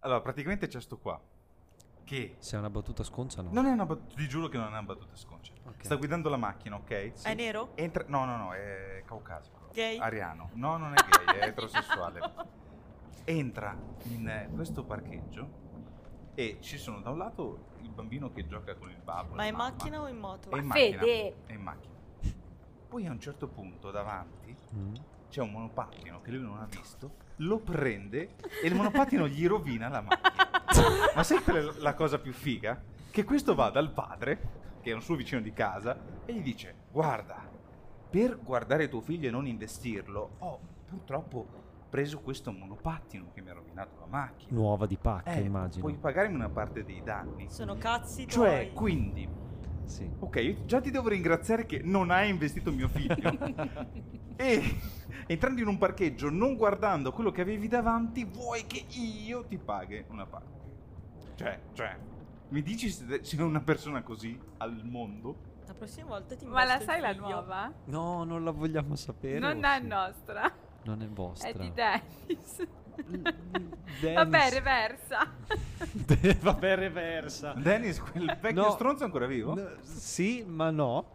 Allora, praticamente c'è sto qua. Che Se è una battuta sconcia, no? non è una battuta, ti giuro che non è una battuta sconcia. Ok. Sta guidando la macchina, ok? È nero? Entra- no, no, no, è caucasico. Gay? Ariano. No, non è gay, è eterosessuale. Entra in eh, questo parcheggio e ci sono da un lato il bambino che gioca con il babbo. Ma la in mamma. macchina o in moto? Ah, È in Ma macchina. Fede! È in macchina. Poi a un certo punto davanti Mm. c'è un monopattino che lui non ha visto, lo prende e il monopattino gli rovina la macchina. Ma sai qual è la- la cosa più figa? Che questo va dal padre, che è un suo vicino di casa, e gli dice: Guarda, per guardare tuo figlio e non investirlo, ho purtroppo preso questo monopattino che mi ha rovinato la macchina. Nuova di pacca, Eh, immagino. puoi pagarmi una parte dei danni. Sono cazzi Cioè, tuoi. quindi, Sì. ok, io già ti devo ringraziare che non hai investito mio figlio. E entrando in un parcheggio, non guardando quello che avevi davanti, vuoi che io ti paghi una parte. Cioè, cioè, mi dici se se una persona così al mondo? La prossima volta ti Ma la investo sai il la figlio. nuova? No, non la vogliamo sapere. Non o è sì? nostra, Non è è vostra. di Dennis. Dennis. Vabbè, reversa. Vabbè, reversa. Dennis, quel vecchio No. stronzo è ancora vivo? No, sì, ma no.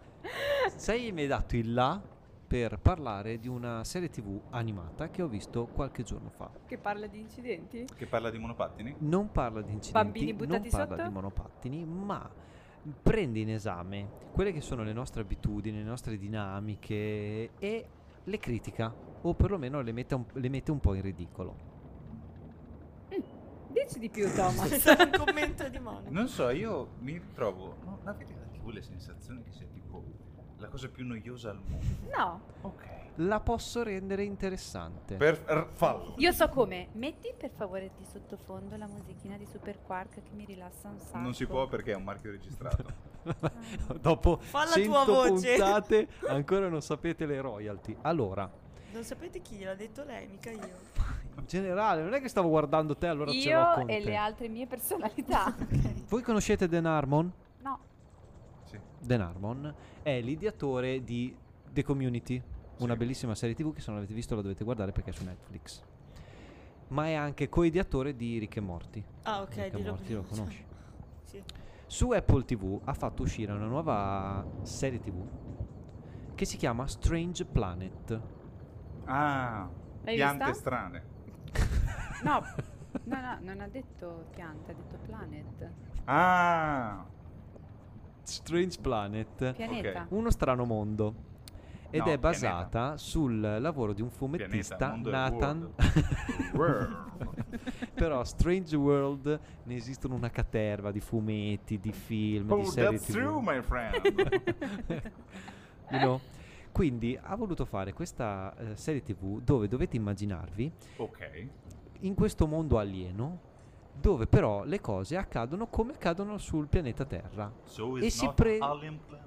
Sai, mi hai dato il là per parlare di una serie tv animata che ho visto qualche giorno fa. Che parla di incidenti? Che parla di monopattini? Non parla di incidenti, Bambini buttati non parla sotto? di monopattini, ma prende in esame quelle che sono le nostre abitudini, le nostre dinamiche e le critica, o perlomeno le mette un, le mette un po' in ridicolo. Dici di più, Thomas. Questo è un commento di mano. Non so, io mi ritrovo... No, la vedi la TV, le sensazioni che sia tipo la cosa più noiosa al mondo. No, Ok. La posso rendere interessante. Per r- fallo. io so come. Metti per favore di sottofondo la musichina di Super Quark che mi rilassa un sacco. Non si può perché è un marchio registrato. Dopo Falla tua 100 voce. puntate ancora non sapete le royalty. Allora, Non sapete chi gliel'ha detto lei, mica io. in generale, non è che stavo guardando te, allora ce l'ho Io con e te. le altre mie personalità. Voi conoscete Dan Harmon? No, Sì. Dan Harmon è l'ideatore di The Community, una Sì. bellissima serie TV che se non l'avete visto la dovete guardare perché è su Netflix. Ma è anche coideatore di Rick e Morty. Ah, ok, Rick e dillo Morty lo prima. conosci. Cioè, Sì. Su Apple TV ha fatto uscire una nuova serie TV che si chiama Strange Planet. Ah, L'hai piante vista? strane. no, no, no, non ha detto pianta, ha detto planet. Ah, Strange Planet, Pianeta. Ok. uno strano mondo. Ed No, pianeta. è basata sul lavoro di un fumettista pianeta, mondo è Nathan world. World. Però Strange World ne esistono una caterva di fumetti, di film, di Oh, serie that's TV. true, my friend. You know? Quindi ha voluto fare questa eh, serie TV dove dovete immaginarvi ok. in questo mondo alieno dove però le cose accadono come accadono sul pianeta Terra. So E it's si not pre- alien planet.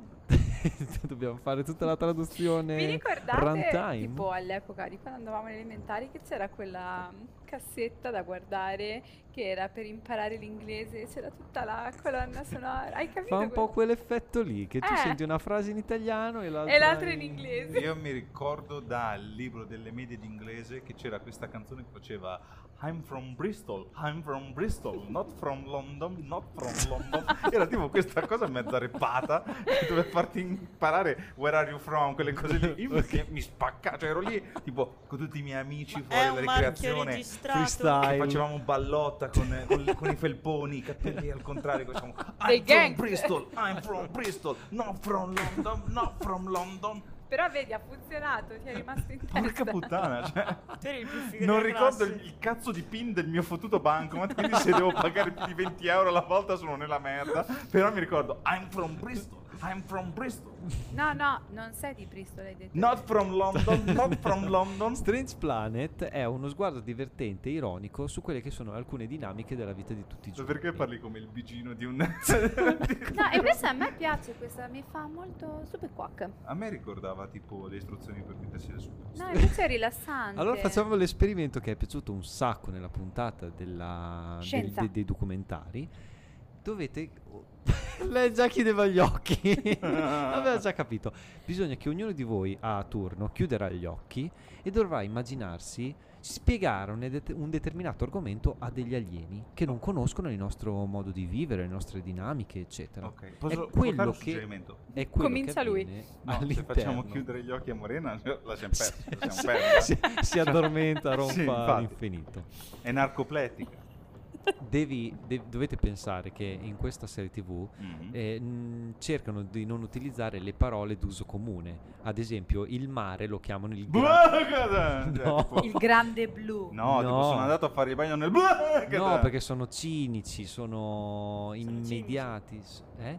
Dobbiamo fare tutta la traduzione. Vi ricordate eh, runtime? tipo all'epoca di quando andavamo alle elementari che c'era quella mm, cassetta da guardare che era per imparare l'inglese, c'era tutta la colonna sonora. Hai capito? Fa un po' quel- quell'effetto lì che tu Eh. senti una frase in italiano e l'altra, E l'altra in inglese. Io mi ricordo dal libro delle medie d'inglese che c'era questa canzone che faceva I'm from Bristol, I'm from Bristol, not from London, not from London. Era tipo questa cosa mezza repata che doveva farti imparare where are you from, quelle cose lì. Io mi- mi spacca, cioè ero lì tipo con tutti i miei amici Ma è fuori un alla marchio ricreazione. registrato. freestyle. Che facevamo ballotta con, con- con i felponi, i capelli al contrario. che Facevamo, Dei I'm from gangster." Bristol, I'm from Bristol, not from London, not from London. Però vedi, ha funzionato, ti è rimasto in testa. Porca puttana, cioè, Tu eri il più figo non della ricordo classe. il il cazzo di pin del mio fottuto bancomat, quindi se devo pagare più di 20 euro alla volta sono nella merda. Però mi ricordo, I'm from Bristol, I'm from Bristol, No, no, non sei di Bristol, hai detto. not from London, not from London. Strange Planet è uno sguardo divertente e ironico su quelle che sono alcune dinamiche della vita di tutti i giorni. Perché parli come il bigino di un... No, e questa a me piace, questa mi fa molto super quack. A me ricordava tipo le istruzioni per mettersi le super. No, invece è rilassante. Allora facciamo l'esperimento che è piaciuto un sacco nella puntata della- del- Scienza. de- dei documentari. Dovete... oh, Lei già chiudeva gli occhi. Aveva già capito. Bisogna che ognuno di voi a turno chiuderà gli occhi e dovrà immaginarsi spiegare un, det- un determinato argomento a degli alieni che non conoscono il nostro modo di vivere, le nostre dinamiche, eccetera. Ok, posso è portare un quello che suggerimento? è quello Comincia che lui. avviene No, se all'interno. facciamo chiudere gli occhi a Morena, lasciamo Sì, perdere. lasciamo sì, perdere. si, si addormenta, rompa Sì, infatti. all'infinito. È narcopletica. Devi, de- dovete pensare che in questa serie TV Mhm. eh, mh, cercano di non utilizzare le parole d'uso comune. Ad esempio, il mare lo chiamano il gran- Bua, cosa? Cioè, No. tipo- Il grande blu. No, tipo No. sono andato a fare il bagno nel bua, cosa? No, perché sono cinici, sono immediati. s- eh?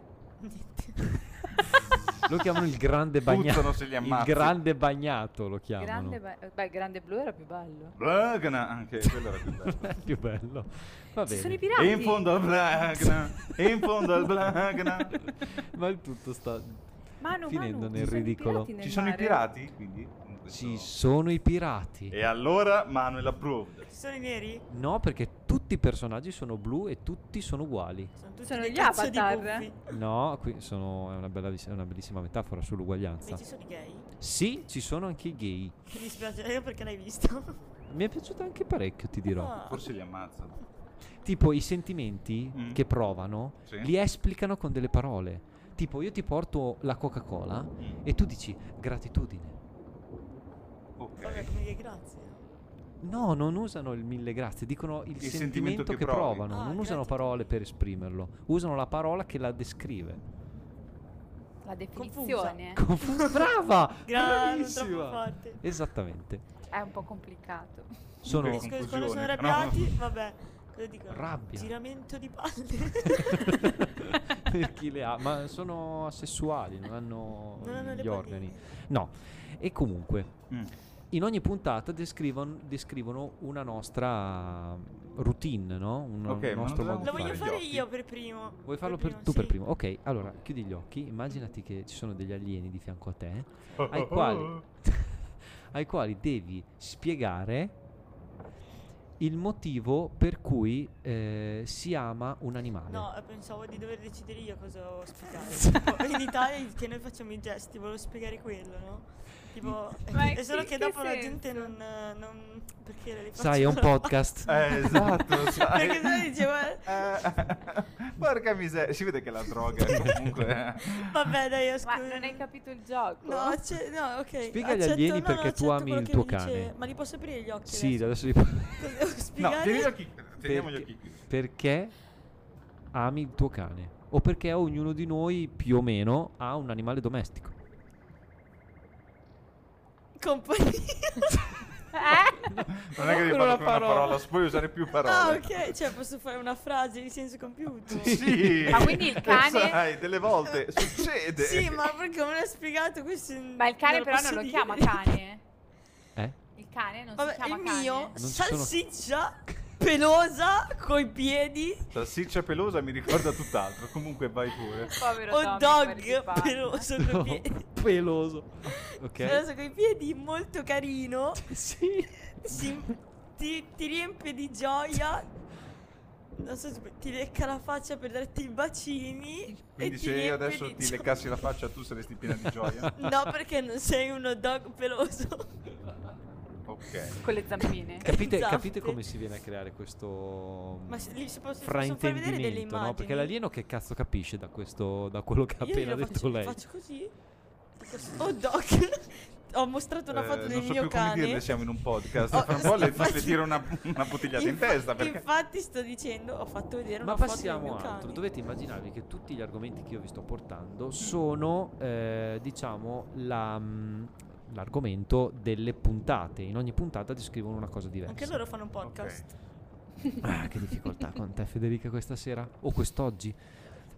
Lo chiamano il grande bagnato. puzzano se li Il ammazzi. grande bagnato lo chiamano. Grande, ba- beh, grande blu era più bello. Blagna, anche Eh, quello era più bello. È più bello. Va Ci sono i bene. pirati. E in fondo al Blagna, e in fondo al Blagna. Ma il tutto sta. Manu, finendo Manu, nel ci sono i ridicolo. pirati nel Ci sono i mare. pirati, quindi? in questo- Ci sono i pirati. E allora Manuel approved. Ci sono i neri? No, perché tutti i personaggi sono blu e tutti sono uguali. Sono tutti Sono dei gli cazzo di avatar? buffi. No, qui sono, è una, bella vis- è una bellissima metafora Beh, sull'uguaglianza. ci sono i gay? Sì, ci sono anche i gay. Mi dispiace eh, perché l'hai visto. Mi è piaciuto anche parecchio, ti dirò. Ah. Forse li ammazzano. Tipo i sentimenti Mm. che provano Sì. li esplicano con delle parole. Tipo io ti porto la Coca-Cola Mm. e tu dici gratitudine. Vabbè, Ok. come dire grazie. No, non usano il mille grazie, dicono il, sentimento sentimento, che che, provi. provano, Ah, non usano gratitudine. parole per esprimerlo, usano la parola che la descrive. La Eh. definizione Confu- Brava! Grande, troppo bravissima! forte. Esattamente. è un po' complicato. Sono Dunque, Scusa, Confusione, Ah, Quando sono no? arrabbiati, vabbè. Cosa dicono? Rabbia. Giramento di palle. per chi le ha, ma sono asessuali, non hanno non hanno le gli organi. palline. No. E comunque Mm. in ogni puntata descrivon- descrivono una nostra routine, no? Un, Ok, ma un non nostro dobbiamo modo di Lo voglio gli fare. fare occhi. io per primo. Vuoi farlo per- tu per primo? Ok, allora chiudi gli occhi, immaginati che ci sono degli alieni di fianco a te, Oh, ai quali, ai quali devi spiegare il motivo per cui eh, si ama un animale. No, eh, pensavo di dover decidere io cosa ospitare. Tipo, in Italia che noi facciamo i gesti, volevo spiegare quello, no? Tipo, Ma è solo in che che dopo la senso? gente non, eh, non- Perché le faccio Sai, è un la- podcast. Ah, Eh, esatto, sai. Perché se dicevo, eh, Eh, porca miseria, si vede che la droga è comunque... eh. vabbè dai, Ma scusa. non hai capito il gioco? Eh? No, acce- no, ok. Spiega agli accetto- alieni no, no, perché tu accetto ami quello il che tuo mi dice. cane. Ma li posso aprire gli occhi? Sì, adesso? adesso li parlo. Cosa devo No, spiegare? tieni gli occhi, teniamo gli occhi chiusi. Perché ami il tuo cane? O perché ognuno di noi, più o meno, ha un animale domestico? Compagnia. Eh? Non è che devi fare più Ancora una una parola. parola, puoi usare più parole. Ah, ok. Cioè, posso fare una frase in senso compiuto? Sì. Eh, Ma quindi il cane- Sai, delle volte succede. Sì, ma perché me l'ha spiegato questo? in- Ma il cane non però non posso lo dire. chiama cane. Eh? Il cane non si Vabbè, chiama il cane. mio ci sono- salsiccia pelosa coi piedi Salsiccia pelosa mi ricorda tutt'altro, comunque vai pure. Povero hot Tommy, dog guardi, peloso coi piedi. Peloso. Ok. Peloso coi piedi, molto carino. sì. si- ti, ti riempie di gioia. Non so, se- ti lecca la faccia per darti i bacini. Quindi e se io riempie adesso di ti gio- leccassi la faccia tu saresti piena di gioia. No, perché non sei un hot dog peloso. Ok. Con le zampine. Capite, Esatto. capite come si viene a creare questo Ma se- lì si posso, posso far vedere delle fraintendimento? immagini. No? Perché l'alieno che cazzo capisce da, questo, da quello che ha Io appena glielo detto faccio, lei? Faccio così. Oh doc. Ho mostrato una Eh, foto del non so mio più come cane. dirle, siamo in un podcast. Oh, Fra un po' le, infatti- le tiro una, una bottigliata in Infa- testa perché... Infatti sto dicendo, ho fatto vedere Ma una foto del passiamo a mio cane. altro. Dovete immaginarvi che tutti gli argomenti che io vi sto portando sono, eh, diciamo, la, mm, l'argomento delle puntate. In ogni puntata descrivono una cosa diversa. Anche loro fanno un podcast. Ah, che difficoltà con te, Federica, questa sera o quest'oggi.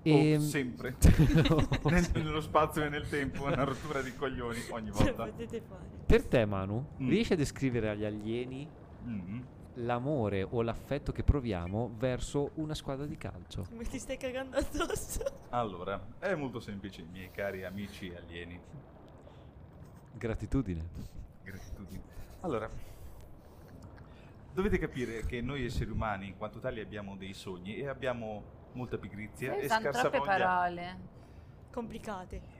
E... Ehm, Oh, sempre. no. Nel- Nello spazio e nel tempo, una rottura di coglioni ogni Ce la volta. Cioè, potete fare. Per te, Manu, Mm. riesci a descrivere agli alieni Mm. l'amore o l'affetto che proviamo verso una squadra di calcio? Come ti stai cagando addosso? Allora, è molto semplice, miei cari amici alieni. Gratitudine. Gratitudine. Allora, dovete capire che noi esseri umani, in quanto tali, abbiamo dei sogni e abbiamo molta pigrizia Stai e usando scarsa troppe voglia. parole. Complicate.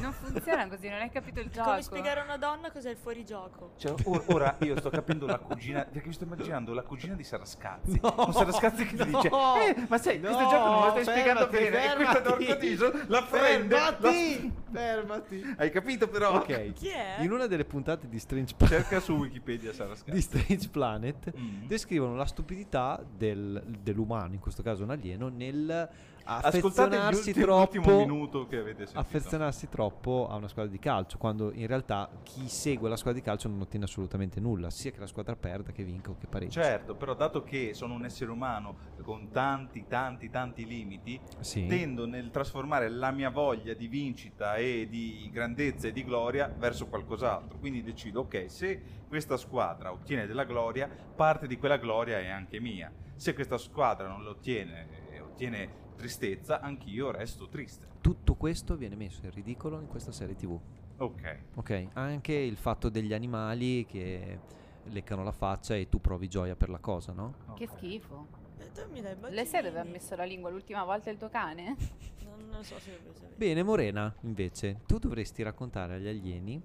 Non funziona così, non hai capito il gioco. Come spiegare a una donna cos'è il fuorigioco? Cioè, or- ora io sto capendo la cugina, perché mi sto immaginando la cugina di Sarascazzi. un Sarascazzi che ti dice, no, eh, ma sai, questo no, gioco non me lo stai fermati, spiegando bene. E questo fermati. Dorcodiso la prende. la- Fermati! Fermati! Hai capito però? Ok. Chi è? In una delle puntate di Strange, Pla- Cerca su Wikipedia di Sarascazzi. Strange Planet Mm. descrivono la stupidità del- dell'umano, in questo caso un alieno, nel Ascoltate gli affezionarsi ultimi- l'ultimo troppo minuto che avete sentito. affezionarsi troppo a una squadra di calcio, quando in realtà chi segue la squadra di calcio non ottiene assolutamente nulla, sia che la squadra perda, che vinca o che pareggi. Certo, però dato che sono un essere umano con tanti, tanti, tanti limiti, Sì. tendo nel trasformare la mia voglia di vincita e di grandezza e di gloria verso qualcos'altro. Quindi decido, ok, se questa squadra ottiene della gloria, parte di quella gloria è anche mia. Se questa squadra non lo ottiene e ottiene tristezza, anch'io resto triste. Tutto questo viene messo in ridicolo in questa serie TV. Ok. Ok, anche il fatto degli animali che leccano la faccia e tu provi gioia per la cosa, no? ok. Che schifo. Eh, tu mi dai bacinini. Lei sai dove ha messo la lingua l'ultima volta il tuo cane? Non, non so se lo vuoi sapere. Bene, Morena, invece, tu dovresti raccontare agli alieni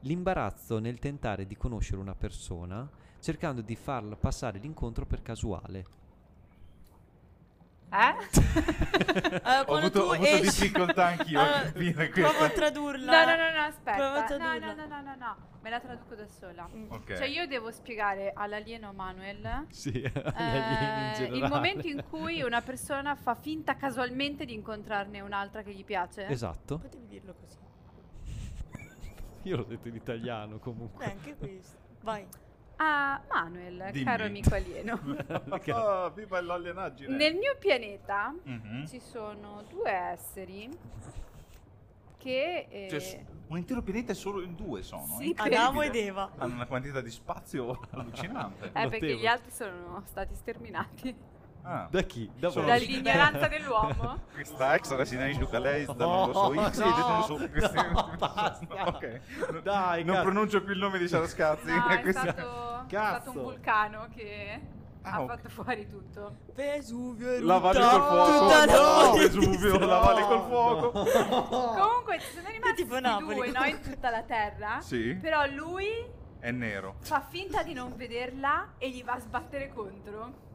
l'imbarazzo nel tentare di conoscere una persona cercando di farla passare l'incontro per casuale. Eh? Allora, Ho Eh, quando avuto, tu ho avuto esci- difficoltà anch'io a Allora, capire Provo a questo. tradurla. No, no, no, no, Prova a aspetta. No, tradurla. no, no, no, no, no. Me la traduco da sola. Ok. Cioè io devo spiegare all'alieno Manuel Sì, eh, il momento in cui una persona fa finta casualmente di incontrarne un'altra che gli piace. Esatto. Potevi dirlo così. Io l'ho detto in italiano comunque. Beh, anche questo. Vai. Ah, Manuel, Dimmi. caro amico alieno. Ah, viva l'alienaggine! Nel mio pianeta Mhm. ci sono due esseri che... eh, Cioè, s- un intero pianeta è solo in due sono. Sì, eh. Incredibile. Adamo ed Eva. Hanno una quantità di spazio allucinante. eh, perché notevole. gli altri sono stati sterminati Ah, Da chi? Da Sono- voi? dall'ignoranza dell'uomo. questa ex resina di Luca lei non lo so, X, No, non lo so. questi- no, basta. Ok. Dai, non cazzo. pronuncio più il nome di Sarascazzi. No, è Questa- stato, è Cazzo. stato un vulcano che Ah, ha ok. fatto fuori tutto. Vesuvio e La vale Ruta. col fuoco. Tutta la no, voglia di- Vesuvio, la vale col fuoco. Comunque ci sono rimasti tipo questi Napoli, due no, comunque. in tutta la terra. Sì. Però lui È nero. fa finta di non vederla e gli va a sbattere contro.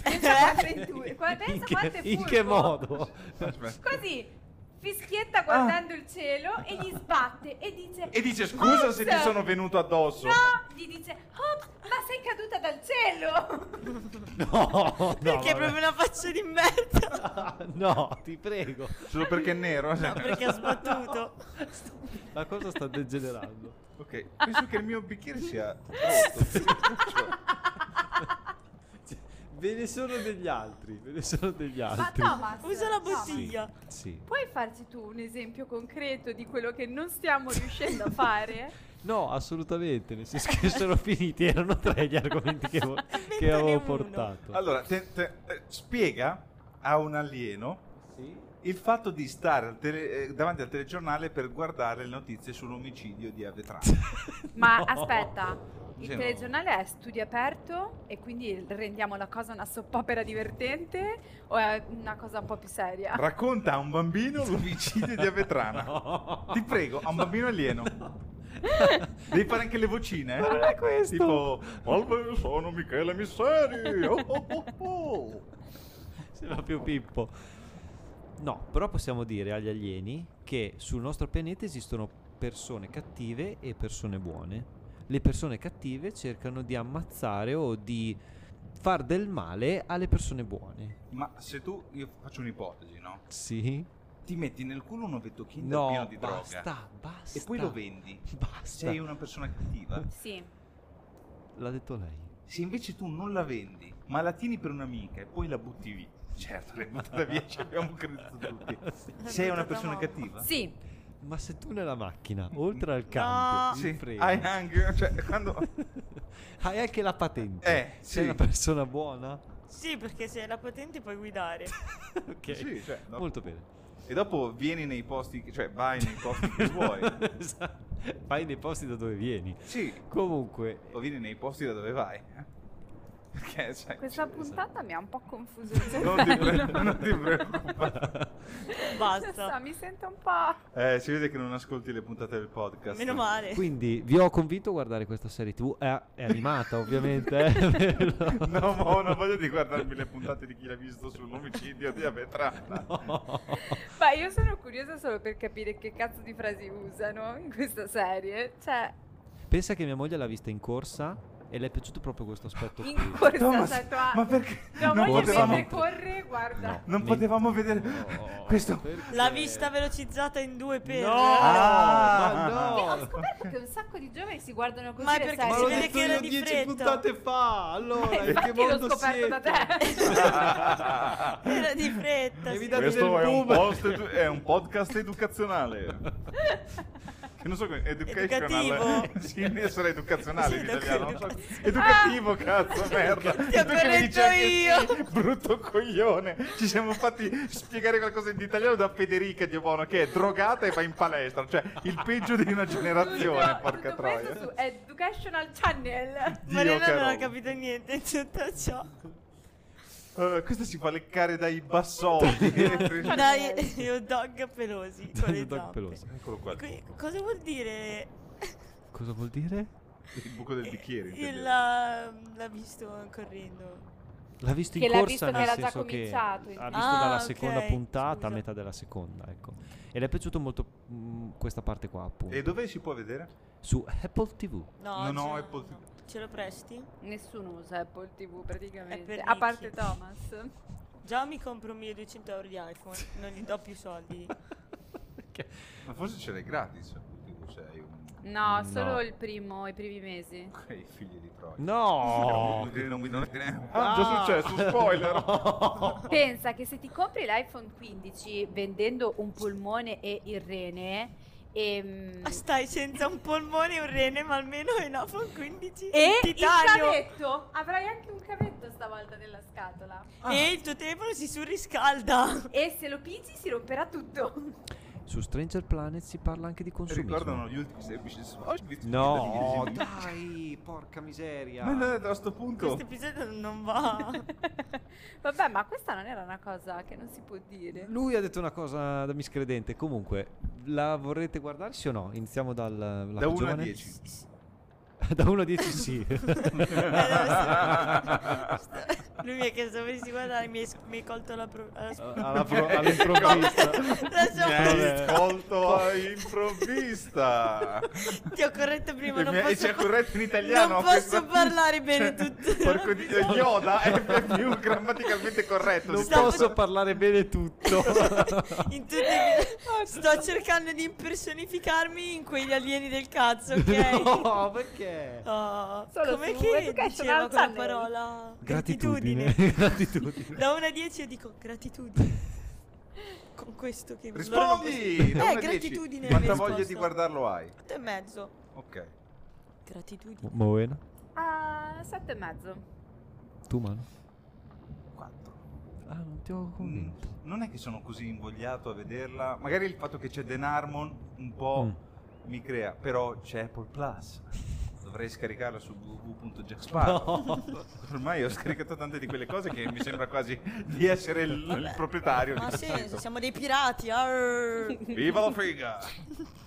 Pensa quanto è in due- qua- In pensa quanto che, è in furbo. che modo? Aspetta. Così fischietta guardando il cielo e gli sbatte e dice E dice scusa se ti "Ops!" sono venuto addosso. Cioè, No, gli dice "Ops, ma sei caduta dal cielo. No, no, Perché è vabbè. proprio una faccia di merda. No, ti prego. Solo perché è nero. No, perché ha sbattuto. La cosa sta degenerando. Ok, penso che il mio bicchiere sia rotto. Ve ne sono degli altri, ve ne sono degli Ma altri. Thomas, Usa la Thomas, bottiglia. Sì. Puoi farci tu un esempio concreto di quello che non stiamo riuscendo a fare? No, assolutamente, nel senso che sono finiti, erano tre gli argomenti che, vo- che Inventane avevo uno. portato. Allora, te- te- eh, spiega a un alieno il fatto di stare al tele- eh, davanti al telegiornale per guardare le notizie sull'omicidio di Avetrano. Ma aspetta, il Sì, no. telegiornale è studio aperto e quindi rendiamo la cosa una soppopera divertente o è una cosa un po' più seria? Racconta a un bambino l'omicidio di Avetrano. Ti prego, a un bambino alieno. Devi fare anche le vocine. eh. Non è questo. Tipo, "Salve, sono Michele Misseri. Oh, oh, oh, oh." Sembra più Pippo. No, però possiamo dire agli alieni che sul nostro pianeta esistono persone cattive e persone buone. Le persone cattive cercano di ammazzare o di far del male alle persone buone. Ma se tu, io faccio un'ipotesi, no? Sì? Ti metti nel culo un ovetto Kinder pieno No, di basta, droga basta. e poi lo vendi. Basta. Sei una persona cattiva. Sì. L'ha detto lei. Se invece tu non la vendi, ma la tieni per un'amica e poi la butti via, certo, l'hai buttata via, ci abbiamo creduto tutti. Sei una persona cattiva? Sì, Ma se tu nella macchina, oltre al cambio, il freno, hai anche, cioè, quando... hai anche la patente. Eh, Sei sì. una persona buona? Sì, perché se hai la patente puoi guidare. ok. Sì, cioè, no. Molto bene. E dopo vieni nei posti, che- cioè vai nei posti che vuoi. Esatto. Vai nei posti da dove vieni. Sì, Comunque, o vieni nei posti da dove vai. eh. Perché, sai, cioè, Questa puntata mi ha un po' confuso il non, ti pre- cervello. non ti preoccupare. Non Basta. so, mi sento un po'... Eh, si vede che non ascolti le puntate del podcast. Meno male. Quindi vi ho convinto a guardare questa serie TV. Eh, è animata, ovviamente. eh, però- No, ma ho una voglia di guardarmi le puntate di chi l'ha visto sull'omicidio di Avetrana. No. Ma io sono curiosa solo per capire che cazzo di frasi usano in questa serie. Cioè, Pensa che mia moglie l'ha vista in corsa e le è piaciuto proprio questo aspetto qui. in corsa Thomas, tatuata. ma perché No, non ma Forse- potevamo- mentre corre, guarda. No, Non ne- potevamo vedere No, questo. perché? L'ha vista velocizzata in due per... No! Ah! ma no! Beh, Ho scoperto che un sacco di giovani si guardano così Ma è le perché si serie. Ma si l'ho vede detto che era io di dieci fretta. puntate fa. Allora, in che Infatti l'ho mondo scoperto siete? da te. Era di fretta. Devi sì. dare- Questo del è un, boomer. post edu- è un podcast educazionale. Che non so come educational. Educativo. Sì, deve essere educazionale in Sì, italiano. non so- educazionale. Educativo, cazzo, merda. Ti ho Tu che mi detto dici anche io. sì, brutto coglione. Ci siamo fatti spiegare qualcosa in italiano da Federica Diobono che è drogata e va in palestra. Cioè, il peggio di una generazione, Tutto- porca tutto troia. questo su Educational Channel. Dio, Mariana che non ha roba. capito niente in tutto ciò. Eh, questa si fa leccare dai bassotti. Dai, hot dog pelosi. Con le Dog zappe. peloso. Eccolo qua. Il Que- cosa vuol dire? Cosa vuol dire? buco del bicchiere. Il, intendevo. la- l'ha visto correndo. L'ha visto in Che l'ha corsa visto nel che era già senso che ha cominciato, visto intendo. dalla Ah, seconda ok, puntata a scusa. metà della seconda ecco e le è piaciuto molto mm, questa parte qua appunto E dove si può vedere? su Apple TV No, Non ho ce- Apple TV. Ce lo presti? Nessuno usa Apple TV È per praticamente, a parte ricchi. Thomas. Già mi compro 1200 euro di iPhone, non gli do più soldi. Ma forse ce l'hai gratis. Tu sei un... No, No. solo il primo, i primi mesi. i figli di Troia. no Non vi- non vi- non vi- Ah, Ah, già successo, spoiler. Pensa che se ti compri l'iPhone 15 vendendo un polmone e il rene, ehm, Ma stai senza un polmone e un rene, ma almeno è un iPhone 15 e in il titanio. cavetto, avrai anche un cavetto stavolta nella scatola. E il tuo telefono si surriscalda. E se lo pigi si romperà tutto. su Stranger Planet si parla anche di consumismo Ricordano gli ultimi semplici sfogli. no dai porca miseria Ma no, a sto punto. Questo episodio non va. Vabbè, ma questa non era una cosa che non si può dire. lui ha detto una cosa da miscredente comunque la vorrete guardare sì o no iniziamo dal la Da 1 più a giovane? 10. da 1 a 10 sì Lui mi ha chiesto se si guardare, mi hai s- mi hai colto la pro- alla sp- Alla pro- all'improvviso Ah. la sorpresa. Colto improvvista. Ti ho corretto prima, e non mi- e posso, ci ha fa- corretto in italiano. non questa- posso parlare bene Cioè, tutto. Porco di Yoda è più grammaticalmente corretto. Esatto, non di Stavo- posso parlare bene tutto In tutti i- Sto cercando di impersonificarmi in quegli alieni del cazzo, ok? no perché Oh, Solo come su che Educational diceva quella Channel. parola? Gratitudine. Gratitudine. da 1 a 10 io dico gratitudine. Con questo che mi loro non Rispondi! possono- da Eh, uno a dieci. gratitudine. Quanta mi ha voglia di risposto. guardarlo hai? Otto e mezzo. Ok. Gratitudine. Moena, Ah, sette e mezzo. tu mano. Quanto? Ah, non ti ho Mm, convinto. Non è che sono così invogliato a vederla. Magari il fatto che c'è Denarmon un po' Mm. mi crea, però c'è Apple Plus. Dovrei scaricarla su www.jacksparrow. Ormai ho scaricato tante di quelle cose che mi sembra quasi di essere il, il proprietario. di Ma ha questo senso, sito. siamo dei pirati. arr. Viva la figa!